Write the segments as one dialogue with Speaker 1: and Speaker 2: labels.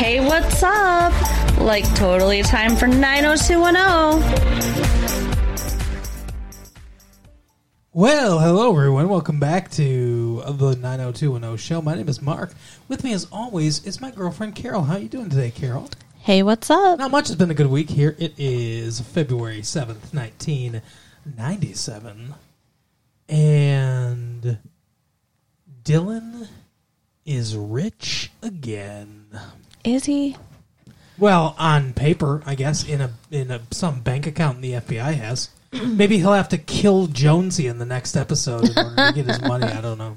Speaker 1: Hey, what's up? Like, totally time for 90210.
Speaker 2: Well, hello everyone. Welcome back to the 90210 show. My name is Mark. With me as always is my girlfriend Carol. How you doing today, Carol?
Speaker 1: Hey, what's up?
Speaker 2: Not much. It's been a good week here. It is February 7th, 1997. And Dylan is rich again.
Speaker 1: Is he?
Speaker 2: Well, on paper, I guess in a in a some bank account the FBI has. Maybe he'll have to kill Jonesy in the next episode in order to get his money. I don't know.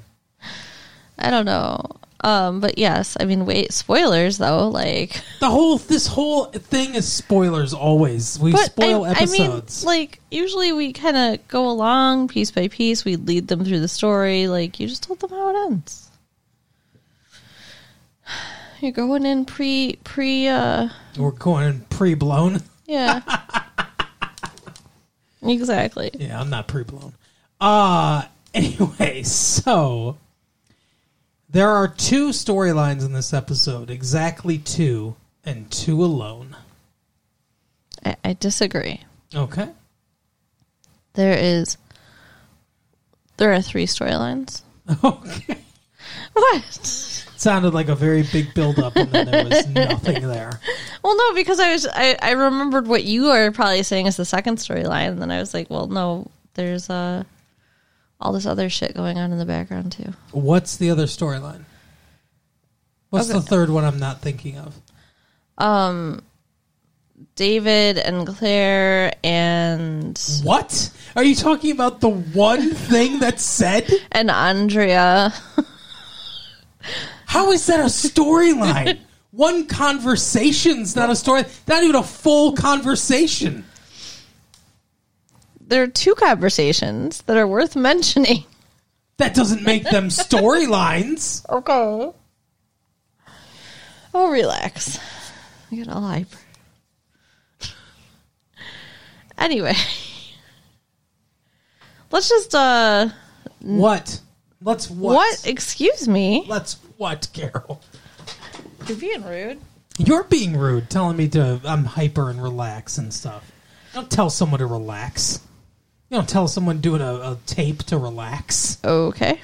Speaker 1: I don't know. Um, but yes, I mean, wait, spoilers though. Like,
Speaker 2: The whole this whole thing is spoilers. Always we
Speaker 1: but
Speaker 2: spoil
Speaker 1: I,
Speaker 2: episodes.
Speaker 1: I mean, like, usually we kind of go along piece by piece. We lead them through the story. Like, you just told them how it ends. You're going in pre pre uh
Speaker 2: We're going pre blown.
Speaker 1: Yeah. exactly.
Speaker 2: Yeah, I'm not pre blown. Uh anyway, so there are two storylines in this episode, exactly two, and two alone.
Speaker 1: I, I disagree.
Speaker 2: Okay.
Speaker 1: There is. There are three storylines.
Speaker 2: Okay.
Speaker 1: What?
Speaker 2: Sounded like a very big build up and then there was nothing there.
Speaker 1: Well, no, because I was I, I remembered what you were probably saying is the second storyline, and then I was like, well, no, there's uh all this other shit going on in the background too.
Speaker 2: What's the other storyline? What's the third one I'm not thinking of?
Speaker 1: David and Claire and
Speaker 2: What? Are you talking about the one thing that's said?
Speaker 1: and Andrea.
Speaker 2: How is that a storyline? One conversation's not a story. Not even a full conversation.
Speaker 1: There are two conversations that are worth mentioning.
Speaker 2: That doesn't make them storylines.
Speaker 1: Okay. Oh, relax. I got a library. anyway, let's just uh,
Speaker 2: What? Let's what?
Speaker 1: what? Excuse me.
Speaker 2: Let's what, Carol?
Speaker 1: You're being rude.
Speaker 2: You're being rude, telling me to I'm hyper and relax and stuff. You don't tell someone to relax. You don't tell someone doing a, a tape to relax.
Speaker 1: Okay.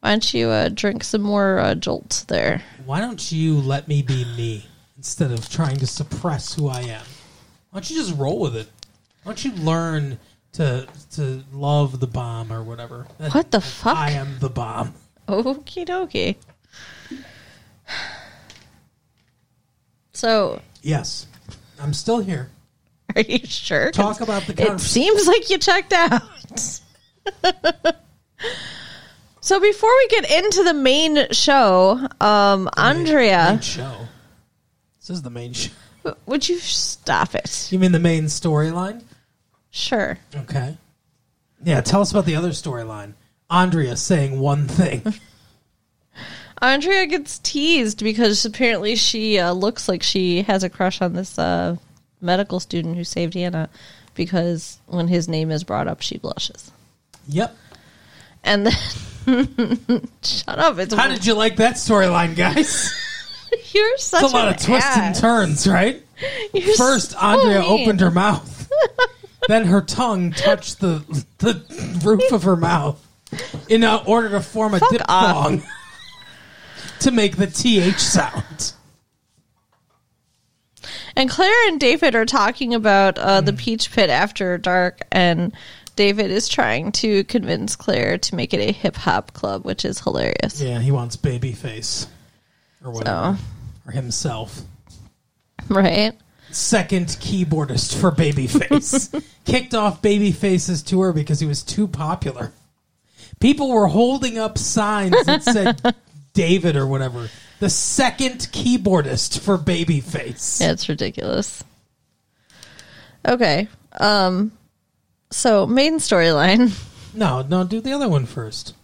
Speaker 1: Why don't you uh, drink some more uh, jolts there?
Speaker 2: Why don't you let me be me instead of trying to suppress who I am? Why don't you just roll with it? Why don't you learn to to love the bomb or whatever? That-
Speaker 1: What the
Speaker 2: that
Speaker 1: fuck?
Speaker 2: I am the bomb.
Speaker 1: Okie dokie. So,
Speaker 2: Yes, I'm still here.
Speaker 1: are you sure?
Speaker 2: Talk about the
Speaker 1: It
Speaker 2: conversation.
Speaker 1: seems like you checked out. so before we get into the main show, um, Andrea,
Speaker 2: Main show. This is the main show.
Speaker 1: w- would you stop it?
Speaker 2: You mean the main storyline?
Speaker 1: Sure.
Speaker 2: Okay. Yeah, tell us about the other storyline. Andrea saying one thing.
Speaker 1: Andrea gets teased because apparently she uh, looks like she has a crush on this uh, medical student who saved Anna because when his name is brought up, she blushes.
Speaker 2: yep.
Speaker 1: And then, shut up! It's
Speaker 2: How did you like that storyline, guys?
Speaker 1: you're such
Speaker 2: It's a lot
Speaker 1: an
Speaker 2: of twists and
Speaker 1: ass.
Speaker 2: turns, right?
Speaker 1: You're
Speaker 2: First,
Speaker 1: so
Speaker 2: Andrea
Speaker 1: mean.
Speaker 2: opened her mouth. then her tongue touched the the roof of her mouth in uh, order to form a
Speaker 1: Fuck
Speaker 2: diphthong to make the th sound.
Speaker 1: And Claire and David are talking about uh, the Peach Pit after dark, and David is trying to convince Claire to make it a hip hop club, which is hilarious.
Speaker 2: Yeah, he wants baby face or whatever, or himself.
Speaker 1: Right?
Speaker 2: second keyboardist for Babyface. Kicked off Babyface's tour because he was too popular. People were holding up signs that said David or whatever. The second keyboardist for Babyface.
Speaker 1: Yeah, it's ridiculous. Okay. Um, so, main storyline.
Speaker 2: No, no, do the other one first.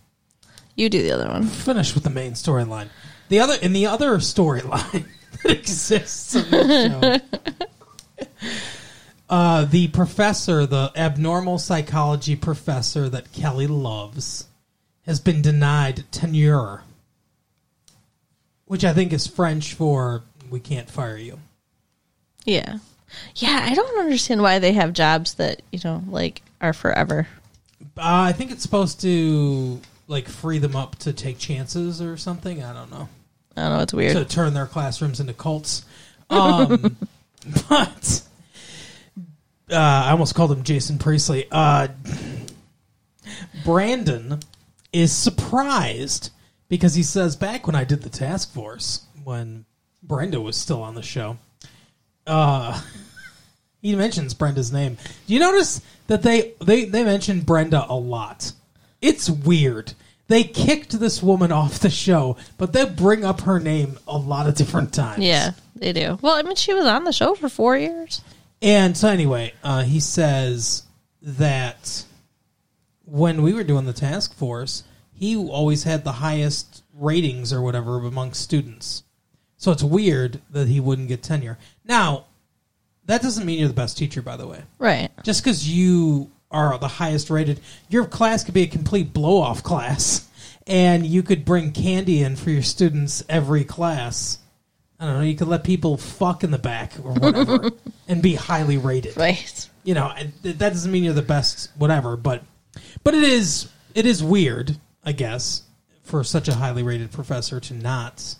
Speaker 1: You do the other one.
Speaker 2: Finish with the main storyline. The other in the other storyline that exists in the show. Uh, the professor, the abnormal psychology professor that Kelly loves, has been denied tenure. which I think is French for "we can't fire you."
Speaker 1: Yeah. Yeah, I don't understand why they have jobs that, you know, like are forever.
Speaker 2: Uh, I think it's supposed to like free them up to take chances or something. I don't know
Speaker 1: I don't know, it's weird.
Speaker 2: to turn their classrooms into cults. Um, but uh, I almost called him Jason Priestley. Uh, Brandon is surprised because he says, back when I did the task force, when Brenda was still on the show, uh, he mentions Brenda's name. Do you notice that they, they, they mention Brenda a lot? It's weird. They kicked this woman off the show, but they bring up her name a lot of different times.
Speaker 1: yeah, they do. Well, I mean, she was on the show for four years.
Speaker 2: And so, anyway, uh, he says that when we were doing the task force, he always had the highest ratings or whatever among students. So it's weird that he wouldn't get tenure. Now, that doesn't mean you're the best teacher, by the way.
Speaker 1: Right.
Speaker 2: Just because you are the highest rated, your class could be a complete blow off class, and you could bring candy in for your students every class. I don't know. You could let people fuck in the back or whatever, and be highly rated
Speaker 1: Right.
Speaker 2: you know and th- that doesn't mean you're the best whatever but but it is it is weird i guess for such a highly rated professor to not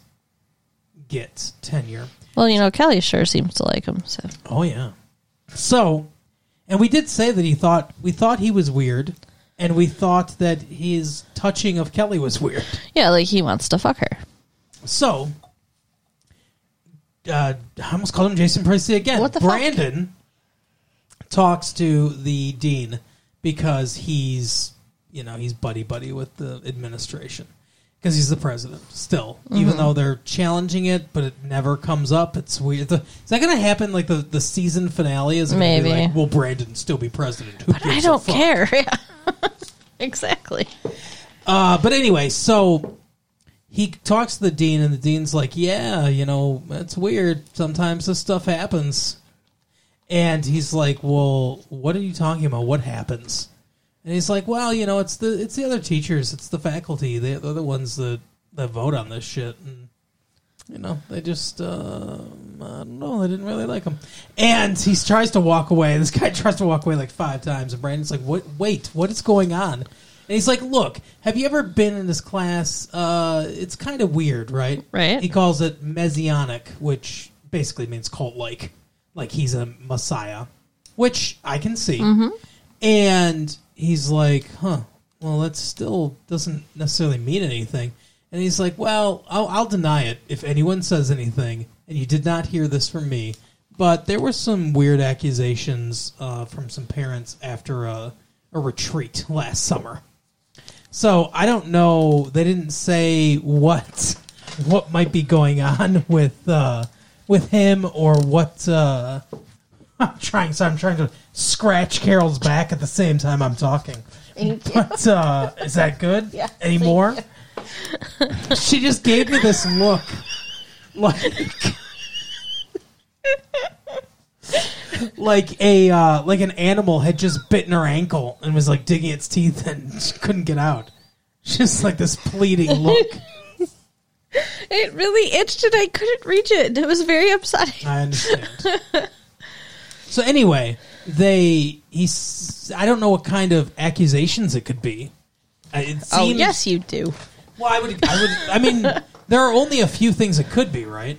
Speaker 2: get tenure
Speaker 1: Well, you know, Kelly sure seems to like him. So
Speaker 2: oh yeah so and we did say that he thought we thought he was weird and we thought that his touching of kelly was weird
Speaker 1: yeah, like he wants to fuck her.
Speaker 2: so uh, I almost called him Jason Priestley again.
Speaker 1: What the fuck?
Speaker 2: Brandon talks to the dean because he's you know he's buddy buddy with the administration because he's the president still
Speaker 1: Mm-hmm.
Speaker 2: even though they're challenging it but it never comes up it's weird The- is that going to happen like the, the season finale is it gonna be
Speaker 1: Maybe.
Speaker 2: like will Brandon still be president Who
Speaker 1: But I
Speaker 2: gives a
Speaker 1: don't
Speaker 2: fuck?
Speaker 1: care. Yeah. exactly.
Speaker 2: Uh, but anyway, so he talks to the dean, and the dean's like, "Yeah, you know, it's weird. Sometimes this stuff happens." And he's like, "Well, what are you talking about? What happens?" And he's like, "Well, you know, it's the it's the other teachers, it's the faculty. They, they're the ones that that vote on this shit, and you know, they just." Uh, I don't know. They didn't really like him, and he tries to walk away. And this guy tries to walk away like five times, and Brandon's like, "What? Wait, what is going on?" And he's like, "Look, have you ever been in this class? Uh, it's kind of weird, right?
Speaker 1: Right.
Speaker 2: He calls it messianic, which basically means cult-like, like he's a messiah, which I can see. And he's like, huh, well, that still doesn't necessarily mean anything. And he's like, well, I'll, I'll deny it if anyone says anything, and you did not hear this from me. But there were some weird accusations uh, from some parents after a, a retreat last summer. So I don't know. They didn't say what what might be going on with uh, with him or what. Uh, I'm trying. So I'm trying to scratch Carol's back at the same time I'm talking. But uh, is that good?
Speaker 1: Yeah,
Speaker 2: Any more? she just gave me this look, like like a uh, like an animal had just bitten her ankle and was like digging its teeth and she couldn't get out. Just like this pleading look.
Speaker 1: It really itched and I couldn't reach it. It was very upsetting.
Speaker 2: I understand. so anyway, they he's I don't know what kind of accusations it could be. Uh, It seems,
Speaker 1: Oh, yes, you do.
Speaker 2: Well, I would. I would. I mean, there are only a few things it could be, right?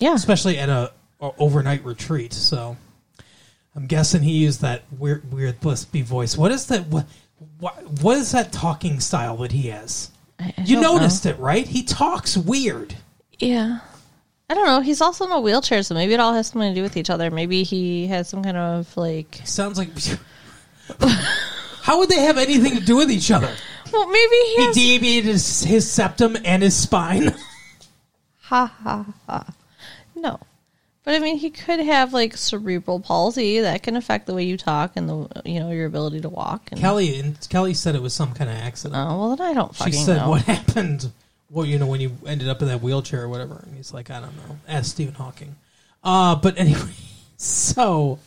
Speaker 1: Yeah.
Speaker 2: Especially at a, a overnight retreat. So, I'm guessing he used that weird, weird lispy voice. What is that? What, what, what is that talking style that he has?
Speaker 1: I- I
Speaker 2: you
Speaker 1: don't know.
Speaker 2: noticed it, right? He talks weird.
Speaker 1: Yeah. I don't know. He's also in a wheelchair, so maybe it all has something to do with each other. Maybe he has some kind of like.
Speaker 2: Sounds like. How would they have anything to do with each other?
Speaker 1: Well, maybe he
Speaker 2: He
Speaker 1: has.
Speaker 2: deviated his, his septum and his spine.
Speaker 1: Ha ha ha. No. But I mean, he could have like cerebral palsy that can affect the way you talk and the you know your ability to walk. And,
Speaker 2: Kelly and Kelly said it was some kind of accident.
Speaker 1: oh well, then I don't
Speaker 2: she
Speaker 1: fucking
Speaker 2: said
Speaker 1: know.
Speaker 2: what happened. Well, you know when you ended up in that wheelchair or whatever. And he's like, I don't know. Ask Stephen Hawking. Uh, but anyway, so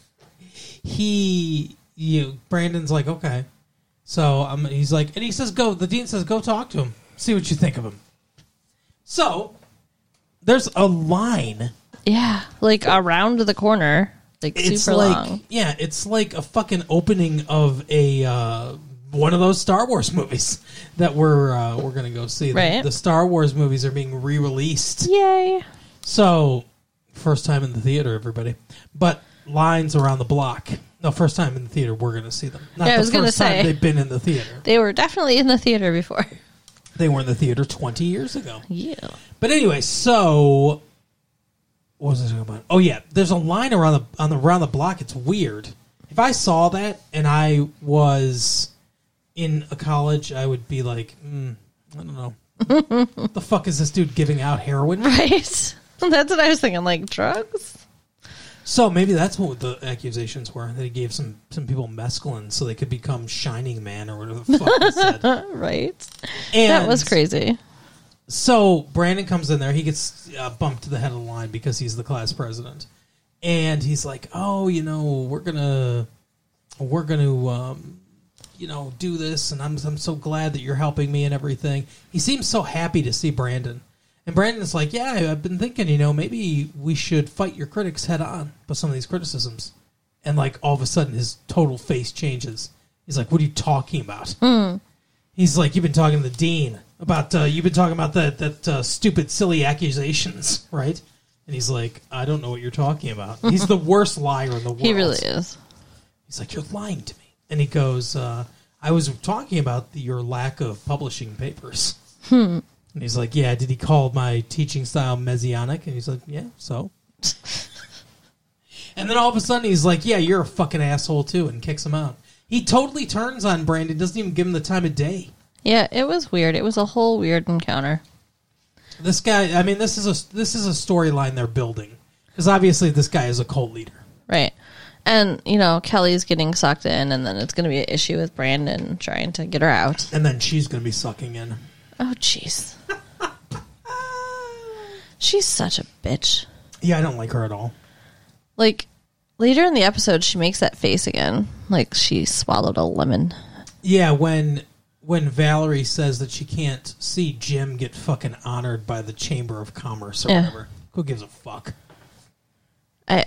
Speaker 2: he, you, Brandon's like, okay. So um, he's like, and he says, go. The dean says, go talk to him. See what you think of him. So There's a line.
Speaker 1: Yeah, like around the corner, like
Speaker 2: It's
Speaker 1: super
Speaker 2: like
Speaker 1: long.
Speaker 2: yeah, it's like a fucking opening of a uh, one of those Star Wars movies that we're uh, we're gonna go see. The-
Speaker 1: Right.
Speaker 2: The, Star Wars movies are being re-released,
Speaker 1: Yay!
Speaker 2: so first time in the theater, everybody. But lines around the block. No, first time in the theater. We're gonna see them. Not
Speaker 1: Yeah, I
Speaker 2: the
Speaker 1: was gonna
Speaker 2: first time
Speaker 1: say.
Speaker 2: they've been in the theater.
Speaker 1: They were definitely in the theater before.
Speaker 2: They were in the theater twenty years ago.
Speaker 1: Yeah.
Speaker 2: But anyway, so what was I talking about? Oh yeah, there's a line around the on the around the block. It's weird. If I saw that and I was in a college, I would be like, mm, I don't know, what the fuck is this dude giving out heroin?
Speaker 1: Right. That's what I was thinking. Like drugs.
Speaker 2: So maybe that's what the accusations were that he gave some some people mescaline so they could become Shining Man or whatever the fuck he said.
Speaker 1: Right.
Speaker 2: And
Speaker 1: that was crazy.
Speaker 2: So Brandon comes in there. He gets uh, bumped to the head of the line because he's the class president, and he's like, "Oh, you know, we're gonna, we're gonna, um, you know, do this." And I'm, I'm so glad that you're helping me and everything. He seems so happy to see Brandon, and Brandon's like, "Yeah, I- I've been thinking, you know, maybe we should fight your critics head on with some of these criticisms." And like all of a sudden, his total face changes. He's like, "What are you talking about?"
Speaker 1: Hmm.
Speaker 2: He's like, you've been talking to the dean about, uh, you've been talking about that that uh, stupid, silly accusations, right? And he's like, I don't know what you're talking about. He's the worst liar in the world.
Speaker 1: He really is.
Speaker 2: He's like, you're lying to me. And he goes, uh, I was talking about the, your lack of publishing papers. And he's like, yeah. Did he call my teaching style messianic? And he's like, yeah. So. and then all of a sudden he's like, yeah, you're a fucking asshole too, and kicks him out. He totally turns on Brandon. Doesn't even give him the time of day.
Speaker 1: Yeah, it was weird. It was a whole weird encounter.
Speaker 2: This guy, I mean, this is a this is a storyline they're building because obviously this guy is a cult leader.
Speaker 1: Right. And, you know, Kelly's getting sucked in, and then it's going to be an issue with Brandon trying to get her out.
Speaker 2: And then she's going to be sucking in.
Speaker 1: Oh, jeez. She's such a bitch.
Speaker 2: Yeah, I don't like her at all.
Speaker 1: Like, later in the episode, she makes that face again. Like, she swallowed a lemon.
Speaker 2: Yeah, when when Valerie says that she can't see Jim get fucking honored by the Chamber of Commerce or
Speaker 1: Yeah.
Speaker 2: whatever, who gives a fuck?
Speaker 1: I,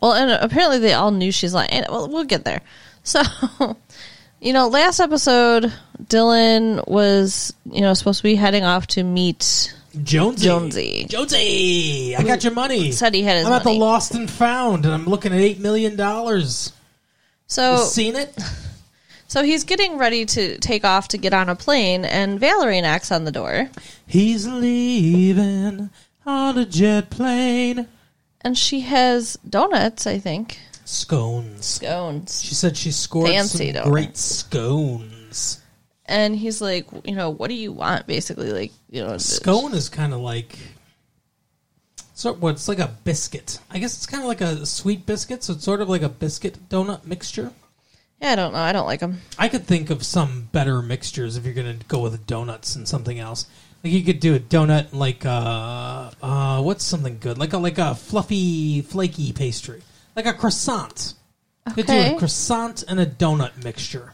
Speaker 1: well, and apparently they all knew she's lying. And, well, we'll get there. So, you know, last episode, Dylan was, you know, supposed to be heading off to meet.
Speaker 2: Jonesy,
Speaker 1: Jonesy.
Speaker 2: Jonesy, I got your money.
Speaker 1: Said he had his
Speaker 2: I'm at the
Speaker 1: money.
Speaker 2: lost and found, and I'm looking at eight million dollars.
Speaker 1: So,
Speaker 2: Seen it?
Speaker 1: so he's getting ready to take off to get on a plane, and Valerie knocks on the door,
Speaker 2: He's leaving on a jet plane.
Speaker 1: and she has donuts, I think,
Speaker 2: Scones.
Speaker 1: scones.
Speaker 2: She said she scored
Speaker 1: Fancy
Speaker 2: some
Speaker 1: donuts.
Speaker 2: great scones.
Speaker 1: And he's like, you know, what do you want? Basically, like, you know,
Speaker 2: Scone is kind of like sort what it's like a biscuit. I guess it's kind of like a sweet biscuit, so it's sort of like a biscuit donut mixture.
Speaker 1: Yeah, I don't know. I don't like them.
Speaker 2: I could think of some better mixtures if you're going to go with donuts and something else. Like you could do a donut like uh uh what's something good? Like a like a fluffy flaky pastry. Like a croissant. You Could do
Speaker 1: Okay.
Speaker 2: a croissant and a donut mixture.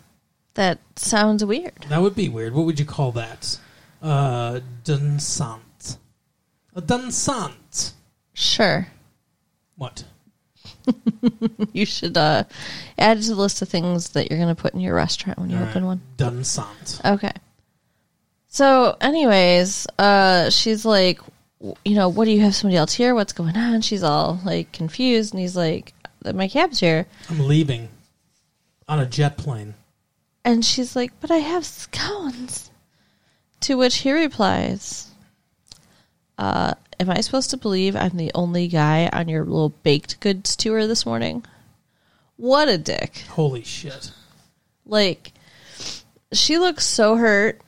Speaker 1: That sounds weird.
Speaker 2: That would be weird. What would you call that? Uh, dunsant. A dunsant.
Speaker 1: Sure.
Speaker 2: What?
Speaker 1: You should uh, add to the list of things that you're going to put in your restaurant when you open one.
Speaker 2: Dunsant.
Speaker 1: Okay. So, anyways, uh, she's like, w- you know, what do you have somebody else here? What's going on? She's all like confused, and he's like, my cab's here,
Speaker 2: I'm leaving on a jet plane.
Speaker 1: and she's like, but I have scones. To which he replies, uh, "Am I supposed to believe I'm the only guy on your little baked goods tour this morning? What a dick!"
Speaker 2: Holy shit.
Speaker 1: Like, she looks so hurt.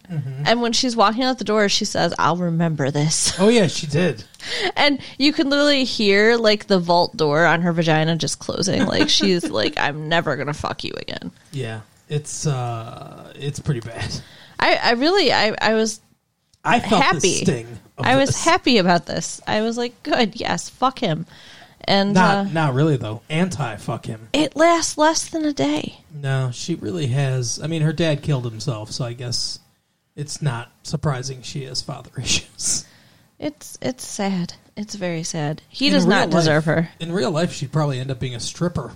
Speaker 1: And when she's walking out the door, she says, I'll remember this.
Speaker 2: Oh yeah, she did.
Speaker 1: And you can literally hear, like, the vault door on her vagina just closing. Like, she's like, I'm never going to fuck you again.
Speaker 2: Yeah, it's uh, it's pretty bad.
Speaker 1: I, I really, I, I was,
Speaker 2: I felt the
Speaker 1: Happy.
Speaker 2: sting. Of
Speaker 1: I was
Speaker 2: this.
Speaker 1: happy about this. I was like, good, yes, fuck him. And
Speaker 2: Not
Speaker 1: uh,
Speaker 2: not really though. Anti fuck him.
Speaker 1: it lasts less than a day.
Speaker 2: No, she really has. I mean, her dad killed himself, so I guess it's not surprising she has father issues.
Speaker 1: It's it's sad. It's very sad. He
Speaker 2: In
Speaker 1: does
Speaker 2: real
Speaker 1: not deserve
Speaker 2: life-
Speaker 1: her.
Speaker 2: In real life, she'd probably end up being a stripper.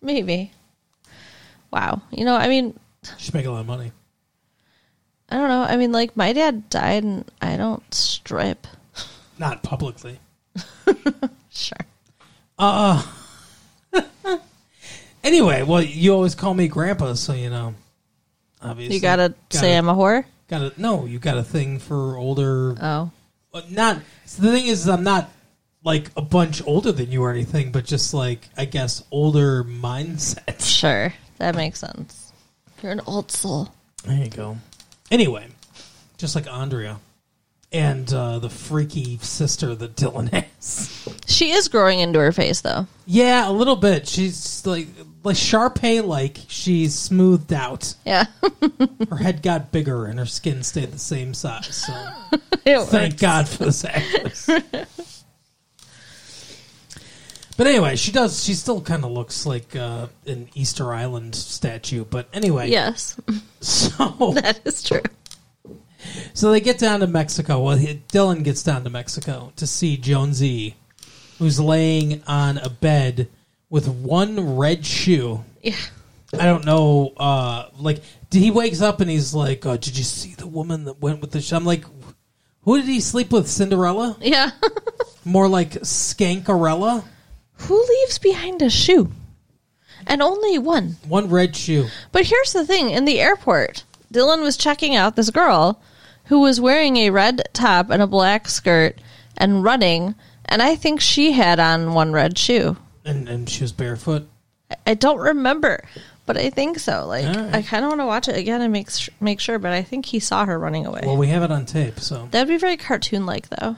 Speaker 1: Maybe. Wow. You know, I mean,
Speaker 2: She'd make a lot of money.
Speaker 1: I don't know. I mean, like my dad died, and I don't strip.
Speaker 2: Not publicly.
Speaker 1: Sure.
Speaker 2: Uh, Anyway, well, you always call me grandpa, so you know. Obviously,
Speaker 1: You gotta, say I'm a whore.
Speaker 2: Got a no. You got a thing for older.
Speaker 1: Oh,
Speaker 2: uh, not so the thing is, I'm not like a bunch older than you or anything, but just like I guess older mindset.
Speaker 1: sure. That makes sense. You're an old soul.
Speaker 2: There you go. Anyway, just like Andrea and uh, the freaky sister that Dylan has.
Speaker 1: She is growing into her face, though.
Speaker 2: Yeah, a little bit. She's like like Sharpay, like she's smoothed out.
Speaker 1: Yeah.
Speaker 2: Her head got bigger and her skin stayed the same size. So.
Speaker 1: It
Speaker 2: Thank
Speaker 1: works.
Speaker 2: God for this actress. but anyway, she does. She still kind of looks like uh, an Easter Island statue. But anyway,
Speaker 1: Yes,
Speaker 2: So
Speaker 1: that is true.
Speaker 2: so they get down to Mexico. Well, he, Dylan gets down to Mexico to see Jonesy, who's laying on a bed with one red shoe.
Speaker 1: Yeah.
Speaker 2: I don't know. Uh, like, did he wakes up and he's like, oh, "Did you see the woman that went with the?" Sh-? I'm like, "Who did he sleep with? Cinderella?"
Speaker 1: Yeah.
Speaker 2: More like Skankarella.
Speaker 1: Who leaves behind a shoe? And only one.
Speaker 2: One red shoe.
Speaker 1: But here's the thing in the airport, Dylan was checking out this girl who was wearing a red top and a black skirt and running, and I think she had on one red shoe.
Speaker 2: And, and she was barefoot.
Speaker 1: I- I don't remember, but I think so. Like,
Speaker 2: All right.
Speaker 1: I kind of want to watch it again and make, s- make sure, but I think he saw her running away.
Speaker 2: Well, we have it on tape, so
Speaker 1: That'd be very cartoon like, though.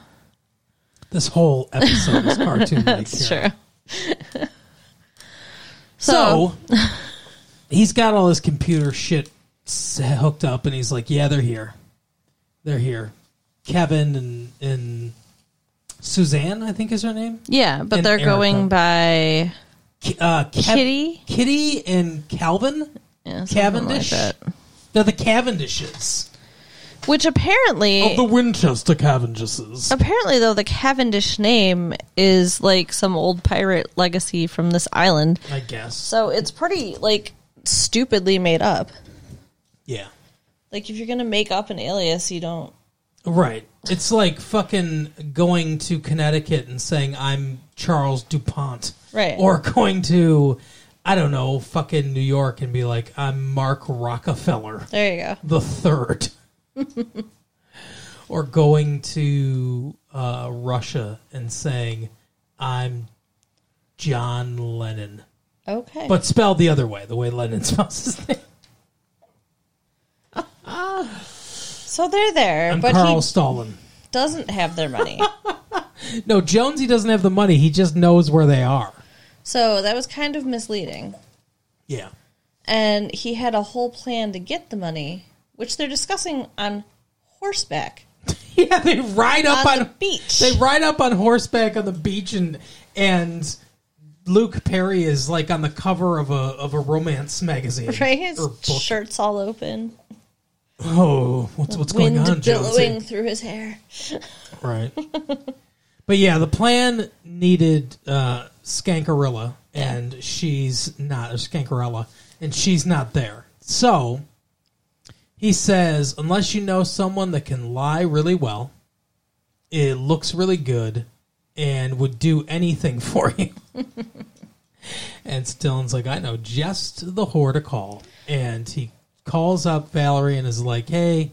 Speaker 2: this whole episode is cartoon like.
Speaker 1: That's
Speaker 2: here.
Speaker 1: true.
Speaker 2: So, he's got all his computer shit s- hooked up, and he's like, "Yeah, they're here. They're here." Kevin and and Suzanne, I think is her name.
Speaker 1: yeah, but
Speaker 2: And
Speaker 1: they're
Speaker 2: Erica.
Speaker 1: going by.
Speaker 2: K- Uh, Kev-
Speaker 1: Kitty?
Speaker 2: Kitty, and Calvin.
Speaker 1: Yeah, something like
Speaker 2: Cavendish.
Speaker 1: that.
Speaker 2: They're the Cavendishes
Speaker 1: Which apparently.
Speaker 2: of the Winchester Cavendishes.
Speaker 1: Apparently, though, the Cavendish name is like some old pirate legacy from this island.
Speaker 2: I guess.
Speaker 1: So it's pretty, like, stupidly made up.
Speaker 2: Yeah.
Speaker 1: Like, if you're going to make up an alias, you don't.
Speaker 2: Right. It's like fucking going to Connecticut and saying I'm Charles DuPont.
Speaker 1: Right.
Speaker 2: Or going to I don't know, fucking New York and be like I'm Mark Rockefeller
Speaker 1: There you go.
Speaker 2: the 3rd. or going to uh, Russia and saying I'm John Lennon.
Speaker 1: Okay.
Speaker 2: But spelled the other way, the way Lennon spells his name.
Speaker 1: so they're there,
Speaker 2: I'm
Speaker 1: but
Speaker 2: Carl Stalin.
Speaker 1: he doesn't have their money.
Speaker 2: No, Jonesy doesn't have the money. He just knows where they are.
Speaker 1: so that was kind of misleading.
Speaker 2: Yeah.
Speaker 1: And he had a whole plan to get the money, which they're discussing on horseback
Speaker 2: Yeah, they ride up
Speaker 1: on
Speaker 2: on,
Speaker 1: the beach.
Speaker 2: they ride up on horseback on the beach and and Luke Perry is like on the cover of a of a romance magazine.
Speaker 1: Right? His
Speaker 2: Or book.
Speaker 1: shirts all open,
Speaker 2: Oh, what's what's going
Speaker 1: wind
Speaker 2: on,
Speaker 1: billowing
Speaker 2: Jonesy?
Speaker 1: through his hair.
Speaker 2: Right. but yeah, the plan needed uh, Skankarilla, and she's not or Skankarella, and she's not there. So he says, unless you know someone that can lie really well, it looks really good, and would do anything for you. and Dylan's like, I know just the whore to call, and he calls up Valerie and is like, Hey,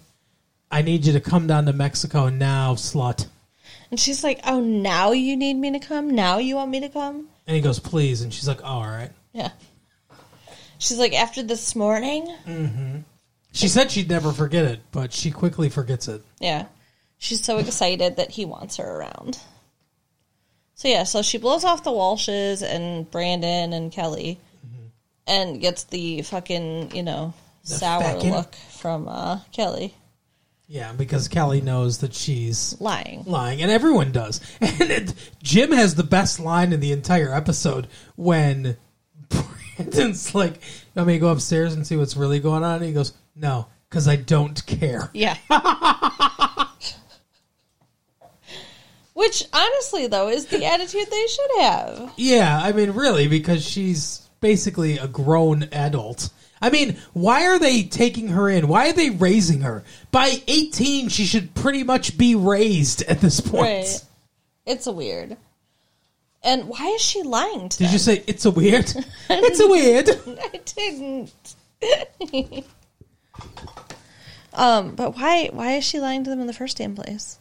Speaker 2: I need you to come down to Mexico now, slut.
Speaker 1: And she's like, "Oh, now you need me to come? Now you want me to come?"
Speaker 2: And he goes, please. And she's like, oh, all right.
Speaker 1: Yeah. She's like, "After this morning?"
Speaker 2: She said she'd never forget it, but she quickly forgets it.
Speaker 1: Yeah. She's so excited that he wants her around. So yeah, so she blows off the Walshes and Brandon and Kelly
Speaker 2: Mm-hmm.
Speaker 1: and gets the fucking, you know, sour
Speaker 2: feckin'-
Speaker 1: look from uh Kelly
Speaker 2: Yeah, because Kelly knows that she's
Speaker 1: lying.
Speaker 2: lying, and everyone does. And it, Jim has the best line in the entire episode when Brandon's like, you want me to go upstairs and see what's really going on? And he goes, no, because I don't care.
Speaker 1: Yeah. Which honestly though is the attitude they should have.
Speaker 2: Yeah, I mean, really, because she's basically a grown adult. I mean, why are they taking her in? Why are they raising her? By 18, she should pretty much be raised at this point.
Speaker 1: Right. It's a weird. And why is she lying to
Speaker 2: Did
Speaker 1: them?
Speaker 2: you say it's a weird? it's a weird.
Speaker 1: I didn't. um, but why why is she lying to them in the first damn place?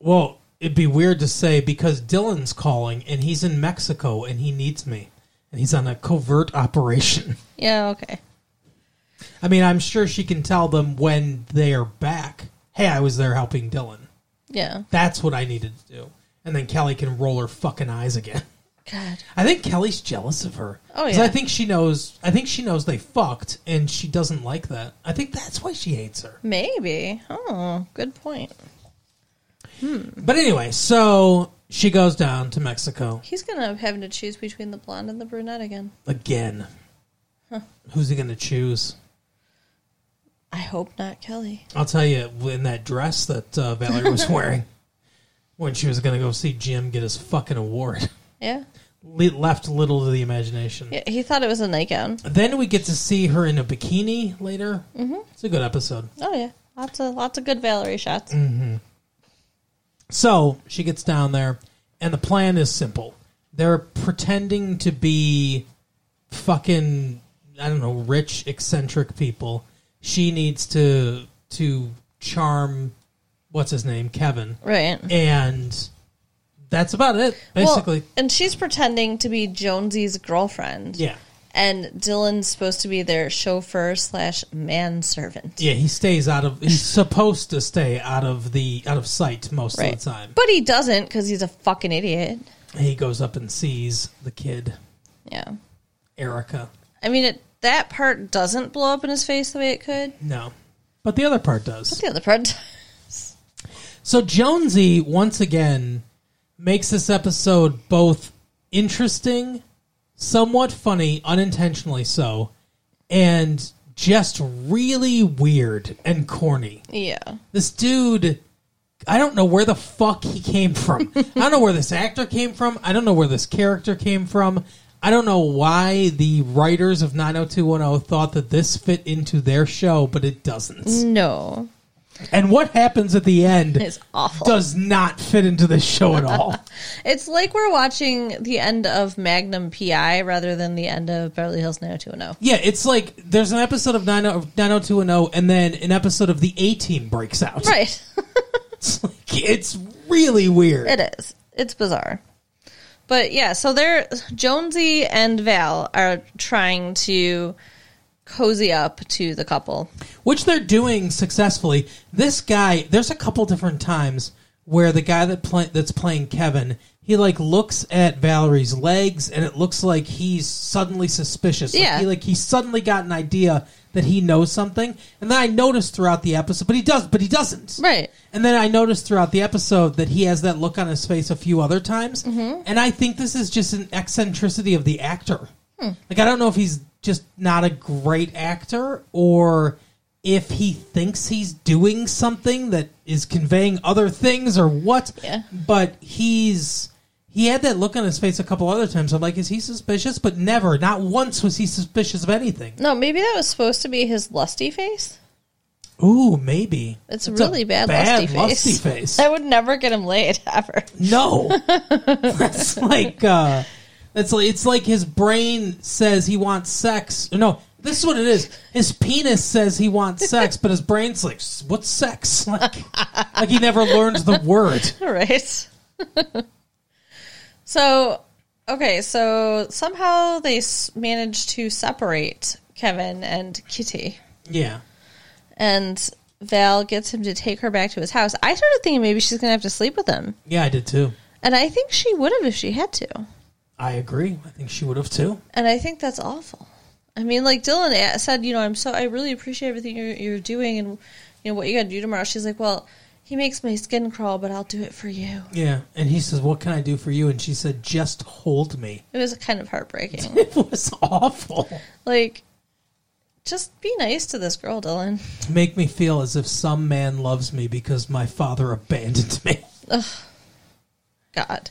Speaker 2: Well, it'd be weird to say because Dylan's calling and he's in Mexico and he needs me. And he's on a covert operation.
Speaker 1: Yeah, okay.
Speaker 2: I mean, I'm sure she can tell them when they're back. Hey, I was there helping Dylan.
Speaker 1: Yeah.
Speaker 2: That's what I needed to do. And then Kelly can roll her fucking eyes again.
Speaker 1: God.
Speaker 2: I think Kelly's jealous of her.
Speaker 1: Oh,
Speaker 2: 'Cause
Speaker 1: yeah.
Speaker 2: I think she knows. I think she knows they fucked, and she doesn't like that. I think that's why she hates her.
Speaker 1: Maybe. Oh, good point.
Speaker 2: But anyway, so she goes down to Mexico
Speaker 1: He's gonna have having to choose between the blonde and the brunette again.
Speaker 2: again. Who's he going to choose?
Speaker 1: I hope not Kelly.
Speaker 2: I'll tell you in that dress that uh, Valerie was wearing when she was going to go see Jim get his fucking award.
Speaker 1: Yeah.
Speaker 2: Le- left little to the imagination.
Speaker 1: Yeah, he thought it was a nightgown.
Speaker 2: Then we get to see her in a bikini later. Mm-hmm. It's a good episode.
Speaker 1: Oh yeah. Lots of lots of good Valerie shots.
Speaker 2: Mm. So she gets down there, and the plan is simple. They're pretending to be fucking I don't know rich eccentric people. She needs to to charm what's his name Kevin,
Speaker 1: Right.
Speaker 2: and that's about it
Speaker 1: Well,
Speaker 2: basically.
Speaker 1: and she's pretending to be Jonesy's girlfriend.
Speaker 2: yeah,
Speaker 1: And Dylan's supposed to be their chauffeur slash manservant.
Speaker 2: yeah. He stays out of. He's supposed to stay out of the out of sight most
Speaker 1: Right.
Speaker 2: of the time.
Speaker 1: But he doesn't because he's a fucking idiot.
Speaker 2: He goes up and sees the kid
Speaker 1: Yeah.
Speaker 2: Erica.
Speaker 1: I mean, it, that part doesn't blow up in his face the way it could.
Speaker 2: No, but the other part does.
Speaker 1: The other part.
Speaker 2: So Jonesy once again makes this episode both interesting, somewhat funny, unintentionally so, and just really weird and corny.
Speaker 1: yeah.
Speaker 2: This dude, I don't know where the fuck he came from. I don't know where this actor came from. I don't know where this character came from. I don't know why the writers of 90210 thought that this fit into their show, but it doesn't.
Speaker 1: No.
Speaker 2: And what happens at the end
Speaker 1: It's awful.
Speaker 2: does not fit into this show at all.
Speaker 1: It's like we're watching the end of Magnum PI rather than the end of Beverly Hills 90210.
Speaker 2: yeah, it's like there's an episode of oh, 90 90210 and then an episode of the A Team breaks out.
Speaker 1: Right.
Speaker 2: It's, like, it's really weird.
Speaker 1: It is. It's bizarre. But yeah, so they're Jonesy and Val are trying to cozy up to the couple.
Speaker 2: Which they're doing successfully. This guy, there's a couple different times where the guy that play, that's playing Kevin, he like looks at Valerie's legs and it looks like he's suddenly suspicious. Like,
Speaker 1: Yeah.
Speaker 2: he like he suddenly got an idea that he knows something. And then I noticed throughout the episode, but he does, but he doesn't.
Speaker 1: Right.
Speaker 2: And then I noticed throughout the episode that he has that look on his face a few other times,
Speaker 1: Mm-hmm.
Speaker 2: and I think this is just an eccentricity of the actor.
Speaker 1: Hmm.
Speaker 2: Like I don't know if he's just not a great actor or if he thinks he's doing something that is conveying other things or what.
Speaker 1: Yeah.
Speaker 2: But he's he had that look on his face a couple other times. I'm like, is he suspicious? But never, not once was he suspicious of anything.
Speaker 1: No, maybe that was supposed to be his lusty face.
Speaker 2: Ooh, maybe
Speaker 1: It's,
Speaker 2: a
Speaker 1: really bad, lusty, face.
Speaker 2: lusty face.
Speaker 1: I would never get him laid ever.
Speaker 2: No, that's like uh, that's like it's like his brain says he wants sex. No, this is what it is. His penis says he wants sex, but his brain's like, "S- "What's sex?" Like, like he never learned the word.
Speaker 1: All right. so, okay, so somehow they s- managed to separate Kevin and Kitty.
Speaker 2: Yeah,
Speaker 1: and Val gets him to take her back to his house. I started thinking maybe she's going to have to sleep with him.
Speaker 2: yeah, I did too.
Speaker 1: And I think she would have if she had to.
Speaker 2: I agree. I think she would have too.
Speaker 1: And I think that's awful. I mean, like Dylan a- said, you know, I'm so, I really appreciate everything you're, you're doing and, you know, what you got to do tomorrow. She's like, well, he makes my skin crawl, but I'll do it for you.
Speaker 2: Yeah, and he says, "What can I do for you?" And she said, "Just hold me."
Speaker 1: It was kind of heartbreaking.
Speaker 2: It was awful.
Speaker 1: like, just be nice to this girl, Dylan.
Speaker 2: Make me feel as if some man loves me because my father abandoned me.
Speaker 1: God.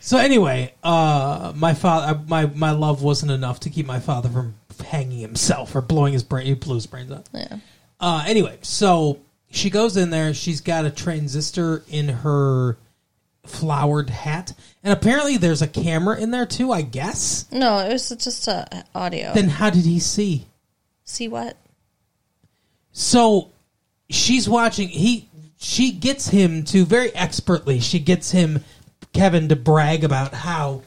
Speaker 2: So anyway, uh, my father, my my love wasn't enough to keep my father from hanging himself or blowing his brain. He blew his brains out.
Speaker 1: Yeah.
Speaker 2: Uh, anyway, so she goes in there. She's got a transistor in her flowered hat, and apparently there's a camera in there too. I guess.
Speaker 1: No, it was just uh, audio.
Speaker 2: Then how did he see?
Speaker 1: See what?
Speaker 2: So she's watching. He she gets him to very expertly. She gets him Kevin to brag about how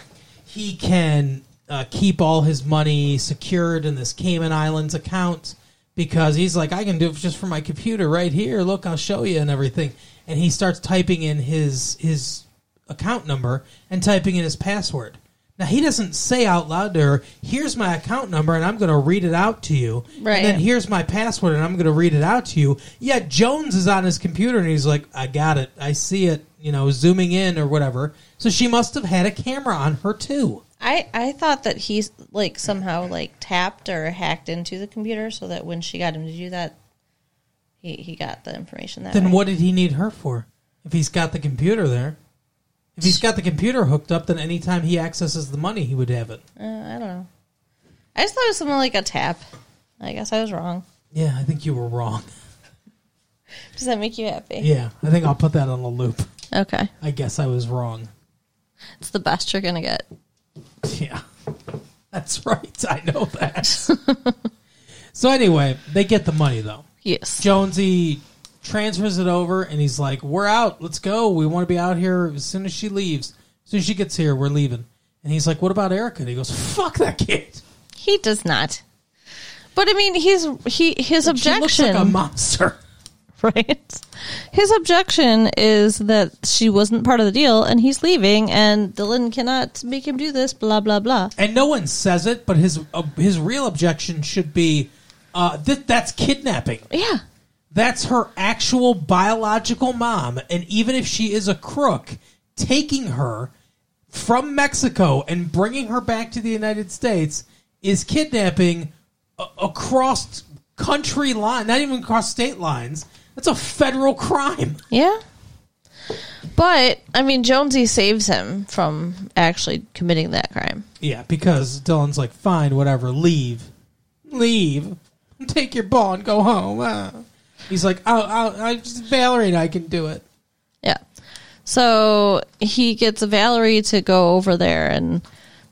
Speaker 2: he can uh, keep all his money secured in this Cayman Islands account because he's like, I can do it just from my computer right here. Look, I'll show you and everything. And he starts typing in his his account number and typing in his password. Now he doesn't say out loud to her, "Here's my account number, and I'm going to read it out to you."
Speaker 1: Right.
Speaker 2: And then here's my password, and I'm going to read it out to you. Yet Jones is on his computer, and he's like, "I got it. I see it. You know, zooming in or whatever." So she must have had a camera on her too.
Speaker 1: I I thought that he like somehow like tapped or hacked into the computer so that when she got him to do that, he he got the information that.
Speaker 2: Then
Speaker 1: way.
Speaker 2: what did he need her for? If he's got the computer there, if he's got the computer hooked up, then anytime he accesses the money, he would have it.
Speaker 1: Uh, I don't know. I just thought it was something like a tap. I guess I was wrong.
Speaker 2: Yeah, I think you were wrong.
Speaker 1: Does that make you happy?
Speaker 2: Yeah, I think I'll put that on a loop.
Speaker 1: Okay,
Speaker 2: I guess I was wrong.
Speaker 1: it's the best you're gonna get.
Speaker 2: Yeah. That's right. I know that. so anyway, they get the money though.
Speaker 1: Yes.
Speaker 2: Jonesy transfers it over and he's like, "We're out. Let's go. We want to be out here as soon as she leaves. As soon as she gets here, we're leaving." And he's like, "What about Erica?" And he goes, "Fuck that kid.
Speaker 1: He does not. But I mean, he's he his
Speaker 2: She looks like
Speaker 1: objection,
Speaker 2: a monster."
Speaker 1: right? His objection is that she wasn't part of the deal, and he's leaving, and Dylan cannot make him do this. Blah blah blah.
Speaker 2: And no one says it, but his uh, his real objection should be, uh, th- "That's kidnapping.
Speaker 1: Yeah,
Speaker 2: That's her actual biological mom, and even if she is a crook, taking her from Mexico and bringing her back to the United States is kidnapping a- across country line, not even across state lines. That's a federal crime.
Speaker 1: yeah. But I mean, Jonesy saves him from actually committing that crime.
Speaker 2: Yeah, because Dylan's like, fine, whatever, leave, leave, take your ball and go home. Ah. He's like, oh, oh, I just Valerie and I can do it.
Speaker 1: Yeah. So he gets Valerie to go over there and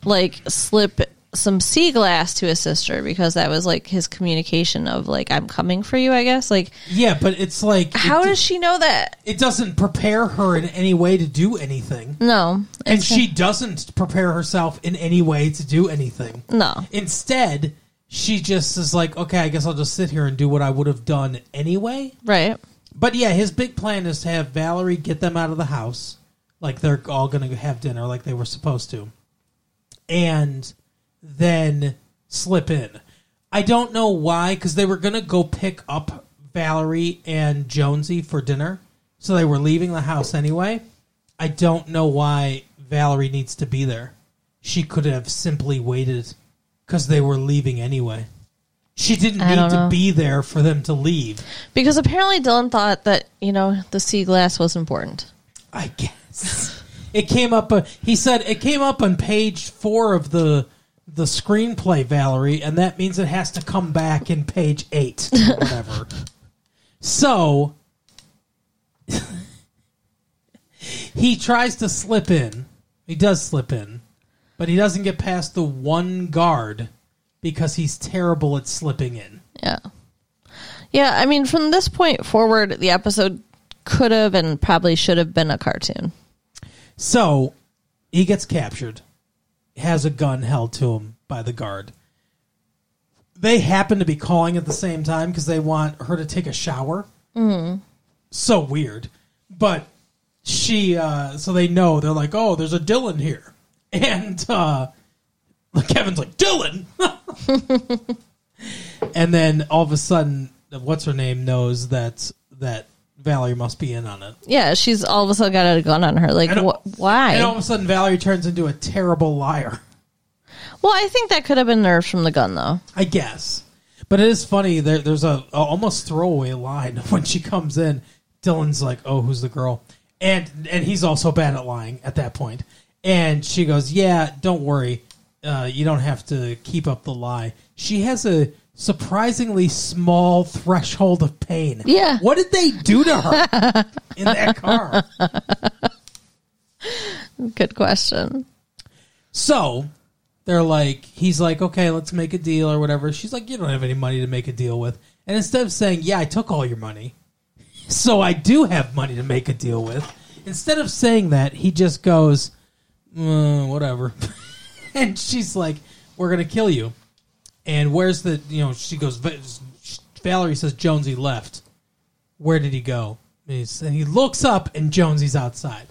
Speaker 1: like slip some sea glass to his sister because that was like his communication of like I'm coming for you, I guess. Like
Speaker 2: Yeah, but it's like, it
Speaker 1: how
Speaker 2: d-
Speaker 1: does she know that?
Speaker 2: it doesn't prepare her in any way to do anything.
Speaker 1: No.
Speaker 2: And she doesn't prepare herself in any way to do anything.
Speaker 1: No.
Speaker 2: Instead, she just is like, okay, I guess I'll just sit here and do what I would have done anyway.
Speaker 1: Right.
Speaker 2: But yeah, his big plan is to have Valerie get them out of the house, like they're all going to have dinner like they were supposed to, and then slip in. I don't know why, because they were going to go pick up Valerie and Jonesy for dinner, so they were leaving the house anyway. I don't know why Valerie needs to be there. She could have simply waited because they were leaving anyway. She didn't
Speaker 1: I
Speaker 2: need
Speaker 1: don't
Speaker 2: to
Speaker 1: know.
Speaker 2: be there for them to leave.
Speaker 1: Because apparently Dylan thought that, you know, the sea glass was important.
Speaker 2: I guess it came up. Uh, he said it came up on page four of the the screenplay, Valerie, and that means it has to come back in page eight, or whatever. so he tries to slip in. He does slip in, but he doesn't get past the one guard because he's terrible at slipping in.
Speaker 1: Yeah. Yeah, I mean from this point forward the episode could have and probably should have been a cartoon.
Speaker 2: So he gets captured, has a gun held to him by the guard. They happen to be calling at the same time because they want her to take a shower. Mm. So weird. But she, uh, so they know, they're like, oh, there's a Dylan here. And uh, Kevin's like, Dylan! and then all of a sudden, what's her name knows that, that Valerie must be in on it.
Speaker 1: Yeah, she's all of a sudden got a gun on her. Like,
Speaker 2: And-
Speaker 1: wh- why?
Speaker 2: And all of a sudden, Valerie turns into a terrible liar.
Speaker 1: well, I think that could have been nerves from the gun, though.
Speaker 2: I guess. But it is funny. There, there's a, a almost throwaway line when she comes in. Dylan's like, "Oh, who's the girl?" and and he's also bad at lying at that point. And she goes, "Yeah, don't worry, uh, you don't have to keep up the lie." She has a surprisingly small threshold of pain.
Speaker 1: Yeah.
Speaker 2: what did they do to her in that car?
Speaker 1: Good question.
Speaker 2: So they're like, he's like, okay, let's make a deal or whatever. She's like, you don't have any money to make a deal with. And instead of saying, yeah, I took all your money, so I do have money to make a deal with, instead of saying that, he just goes, mm, whatever. and she's like, we're going to kill you. And where's the, you know, she goes, "Va- Valerie says Jonesy left. Where did he go? And he's- and he looks up and Jonesy's outside.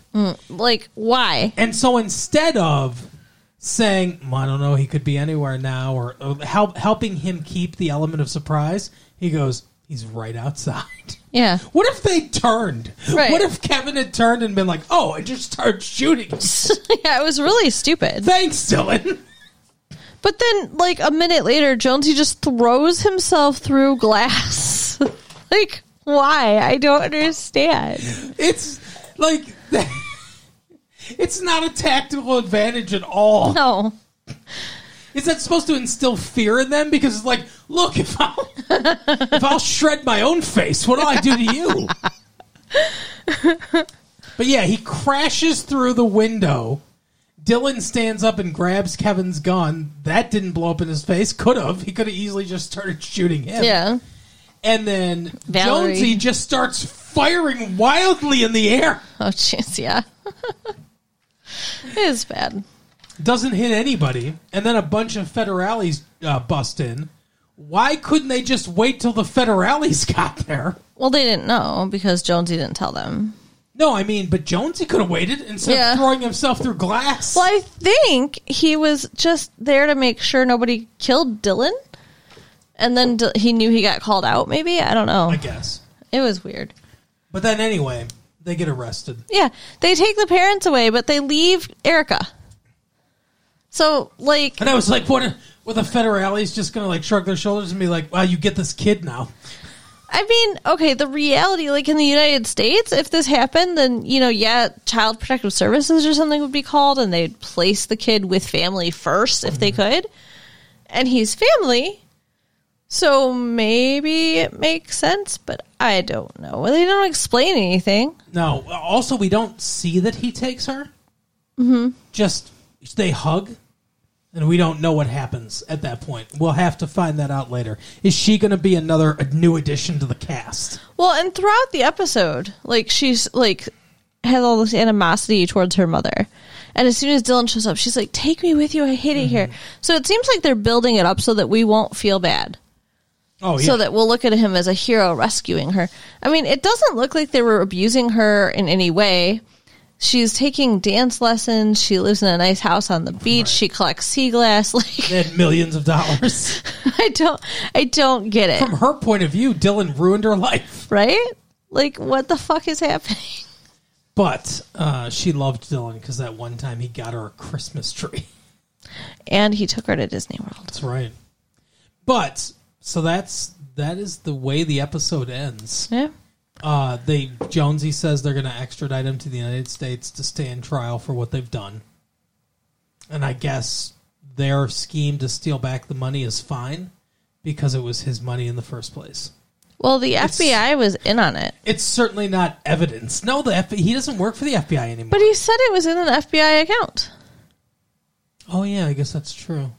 Speaker 1: Like, why?
Speaker 2: And so instead of saying, "Mm, I don't know, he could be anywhere now, or, or help, helping him keep the element of surprise, he goes, he's right outside.
Speaker 1: Yeah.
Speaker 2: What if they turned?
Speaker 1: Right.
Speaker 2: What if Kevin had turned and been like, oh, and just started shooting?
Speaker 1: yeah, it was really stupid.
Speaker 2: Thanks, Dylan.
Speaker 1: But then, like, a minute later, Jonesy just throws himself through glass. like, why? I don't understand.
Speaker 2: It's like, it's not a tactical advantage at all.
Speaker 1: No.
Speaker 2: Is that supposed to instill fear in them? Because it's like, look, if I'll, if I'll shred my own face, what'll I do to you? but yeah, he crashes through the window. Dylan stands up and grabs Kevin's gun. That didn't blow up in his face. Could have. He could have easily just started shooting him.
Speaker 1: Yeah.
Speaker 2: And then
Speaker 1: Valerie.
Speaker 2: Jonesy just starts firing wildly in the air.
Speaker 1: Oh, jeez. Yeah. it is bad.
Speaker 2: doesn't hit anybody, and then a bunch of federales uh, bust in. Why couldn't they just wait till the federales got there?
Speaker 1: Well, they didn't know because Jonesy didn't tell them.
Speaker 2: No, I mean, but Jonesy could have waited instead
Speaker 1: Yeah.
Speaker 2: of throwing himself through glass.
Speaker 1: Well, I think he was just there to make sure nobody killed Dylan. And then D- he knew he got called out, maybe? I don't know.
Speaker 2: I guess.
Speaker 1: It was weird.
Speaker 2: But then anyway, they get arrested.
Speaker 1: Yeah, they take the parents away, but they leave Erica. So, like,
Speaker 2: And I was like, what? Are, were the federales just gonna like shrug their shoulders and be like, "Wow, you get this kid now"?
Speaker 1: I mean, okay, the reality, like in the United States, if this happened, then, you know, yeah, Child Protective Services or something would be called, and they'd place the kid with family first if they could. And he's family. So maybe it makes sense, but I don't know. They don't explain anything.
Speaker 2: No. Also, we don't see that he takes her. Mm-hmm. Just they hug, and we don't know what happens at that point. We'll have to find that out later. Is she going to be another a new addition to the cast?
Speaker 1: Well, and throughout the episode, like she's like has all this animosity towards her mother. And as soon as Dylan shows up, she's like, "Take me with you. I hate it
Speaker 2: Mm-hmm.
Speaker 1: here." So it seems like they're building it up so that we won't feel bad.
Speaker 2: Oh, yeah.
Speaker 1: So that we'll look at him as a hero rescuing her. I mean, it doesn't look like they were abusing her in any way. She's taking dance lessons. She lives in a nice house on the beach. She collects sea glass. Like
Speaker 2: they had millions of dollars.
Speaker 1: I don't, I don't get it.
Speaker 2: From her point of view, Dylan ruined her life,
Speaker 1: Right? Like, what the fuck is happening?
Speaker 2: but uh, she loved Dylan because that one time he got her a Christmas tree.
Speaker 1: And he took her to Disney World.
Speaker 2: That's right. But so that's that is the way the episode ends.
Speaker 1: Yeah.
Speaker 2: Uh, they Jonesy says they're going to extradite him to the United States to stand trial for what they've done, and I guess their scheme to steal back the money is fine because it was his money in the first place.
Speaker 1: Well, the FBI was in on it,
Speaker 2: It's certainly not evidence. No, the F- he doesn't work for the FBI anymore.
Speaker 1: but he said it was in an FBI account.
Speaker 2: oh yeah, I guess that's true.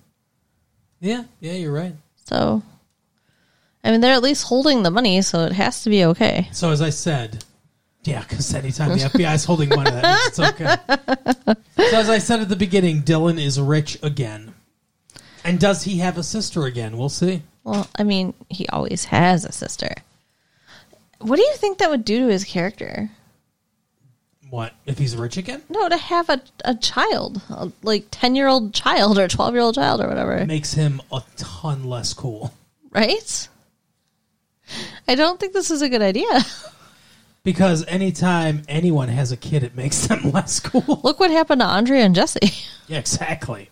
Speaker 2: Yeah, yeah, you're right.
Speaker 1: So, I mean, they're at least holding the money, so it has to be okay.
Speaker 2: So as I said, yeah, because anytime the FBI is holding money, that means it's okay. So as I said at the beginning, Dylan is rich again. And does he have a sister again? We'll see.
Speaker 1: Well, I mean, he always has a sister. What do you think that would do to his character?
Speaker 2: What if he's rich again?
Speaker 1: No, to have a, a child, a, like 10 year old child or 12 year old child or whatever,
Speaker 2: Makes him a ton less cool
Speaker 1: right? I don't think this is a good idea.
Speaker 2: because anytime anyone has a kid, it makes them less cool.
Speaker 1: Look what happened to Andrea and Jesse.
Speaker 2: Yeah, exactly.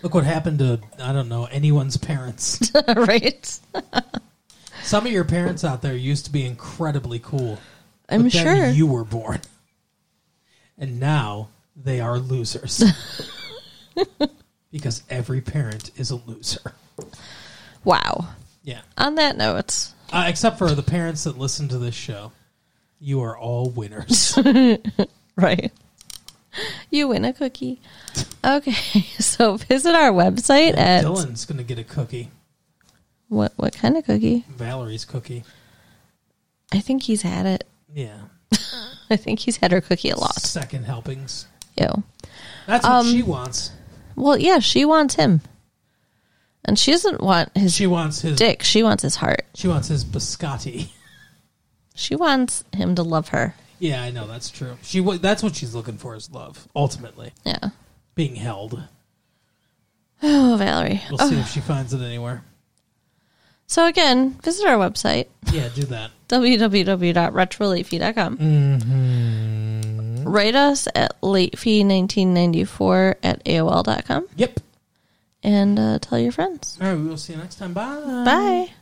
Speaker 2: Look what happened to I don't know anyone's parents.
Speaker 1: right?
Speaker 2: Some of your parents out there used to be incredibly cool.
Speaker 1: I'm
Speaker 2: but
Speaker 1: sure.
Speaker 2: then you were born. And now they are losers. because every parent is a loser.
Speaker 1: wow.
Speaker 2: Yeah.
Speaker 1: On that note,
Speaker 2: Uh, except for the parents that listen to this show. You are all winners.
Speaker 1: right. You win a cookie. Okay, so visit our website at
Speaker 2: Dylan's going to get a cookie.
Speaker 1: what what kind of cookie?
Speaker 2: Valerie's cookie.
Speaker 1: I think he's had it.
Speaker 2: Yeah.
Speaker 1: I think he's had her cookie a lot.
Speaker 2: Second helpings.
Speaker 1: Ew.
Speaker 2: That's
Speaker 1: Um,
Speaker 2: what she wants.
Speaker 1: Well, yeah, she wants him. And she doesn't want his
Speaker 2: She wants his
Speaker 1: dick. She wants his heart.
Speaker 2: she wants his biscotti.
Speaker 1: She wants him to love her.
Speaker 2: Yeah, I know that's true. She wa- that's what she's looking for is love ultimately.
Speaker 1: Yeah.
Speaker 2: Being held.
Speaker 1: Oh, Valerie.
Speaker 2: We'll
Speaker 1: Oh,
Speaker 2: see if she finds it anywhere.
Speaker 1: So again, visit our website,
Speaker 2: Yeah, do that.
Speaker 1: www.retrolatefee.com.
Speaker 2: Mm-hmm.
Speaker 1: Write us at latefee1994 at AOL.com
Speaker 2: Yep.
Speaker 1: and uh, tell your friends.
Speaker 2: All right, we will see you next time. Bye.
Speaker 1: Bye.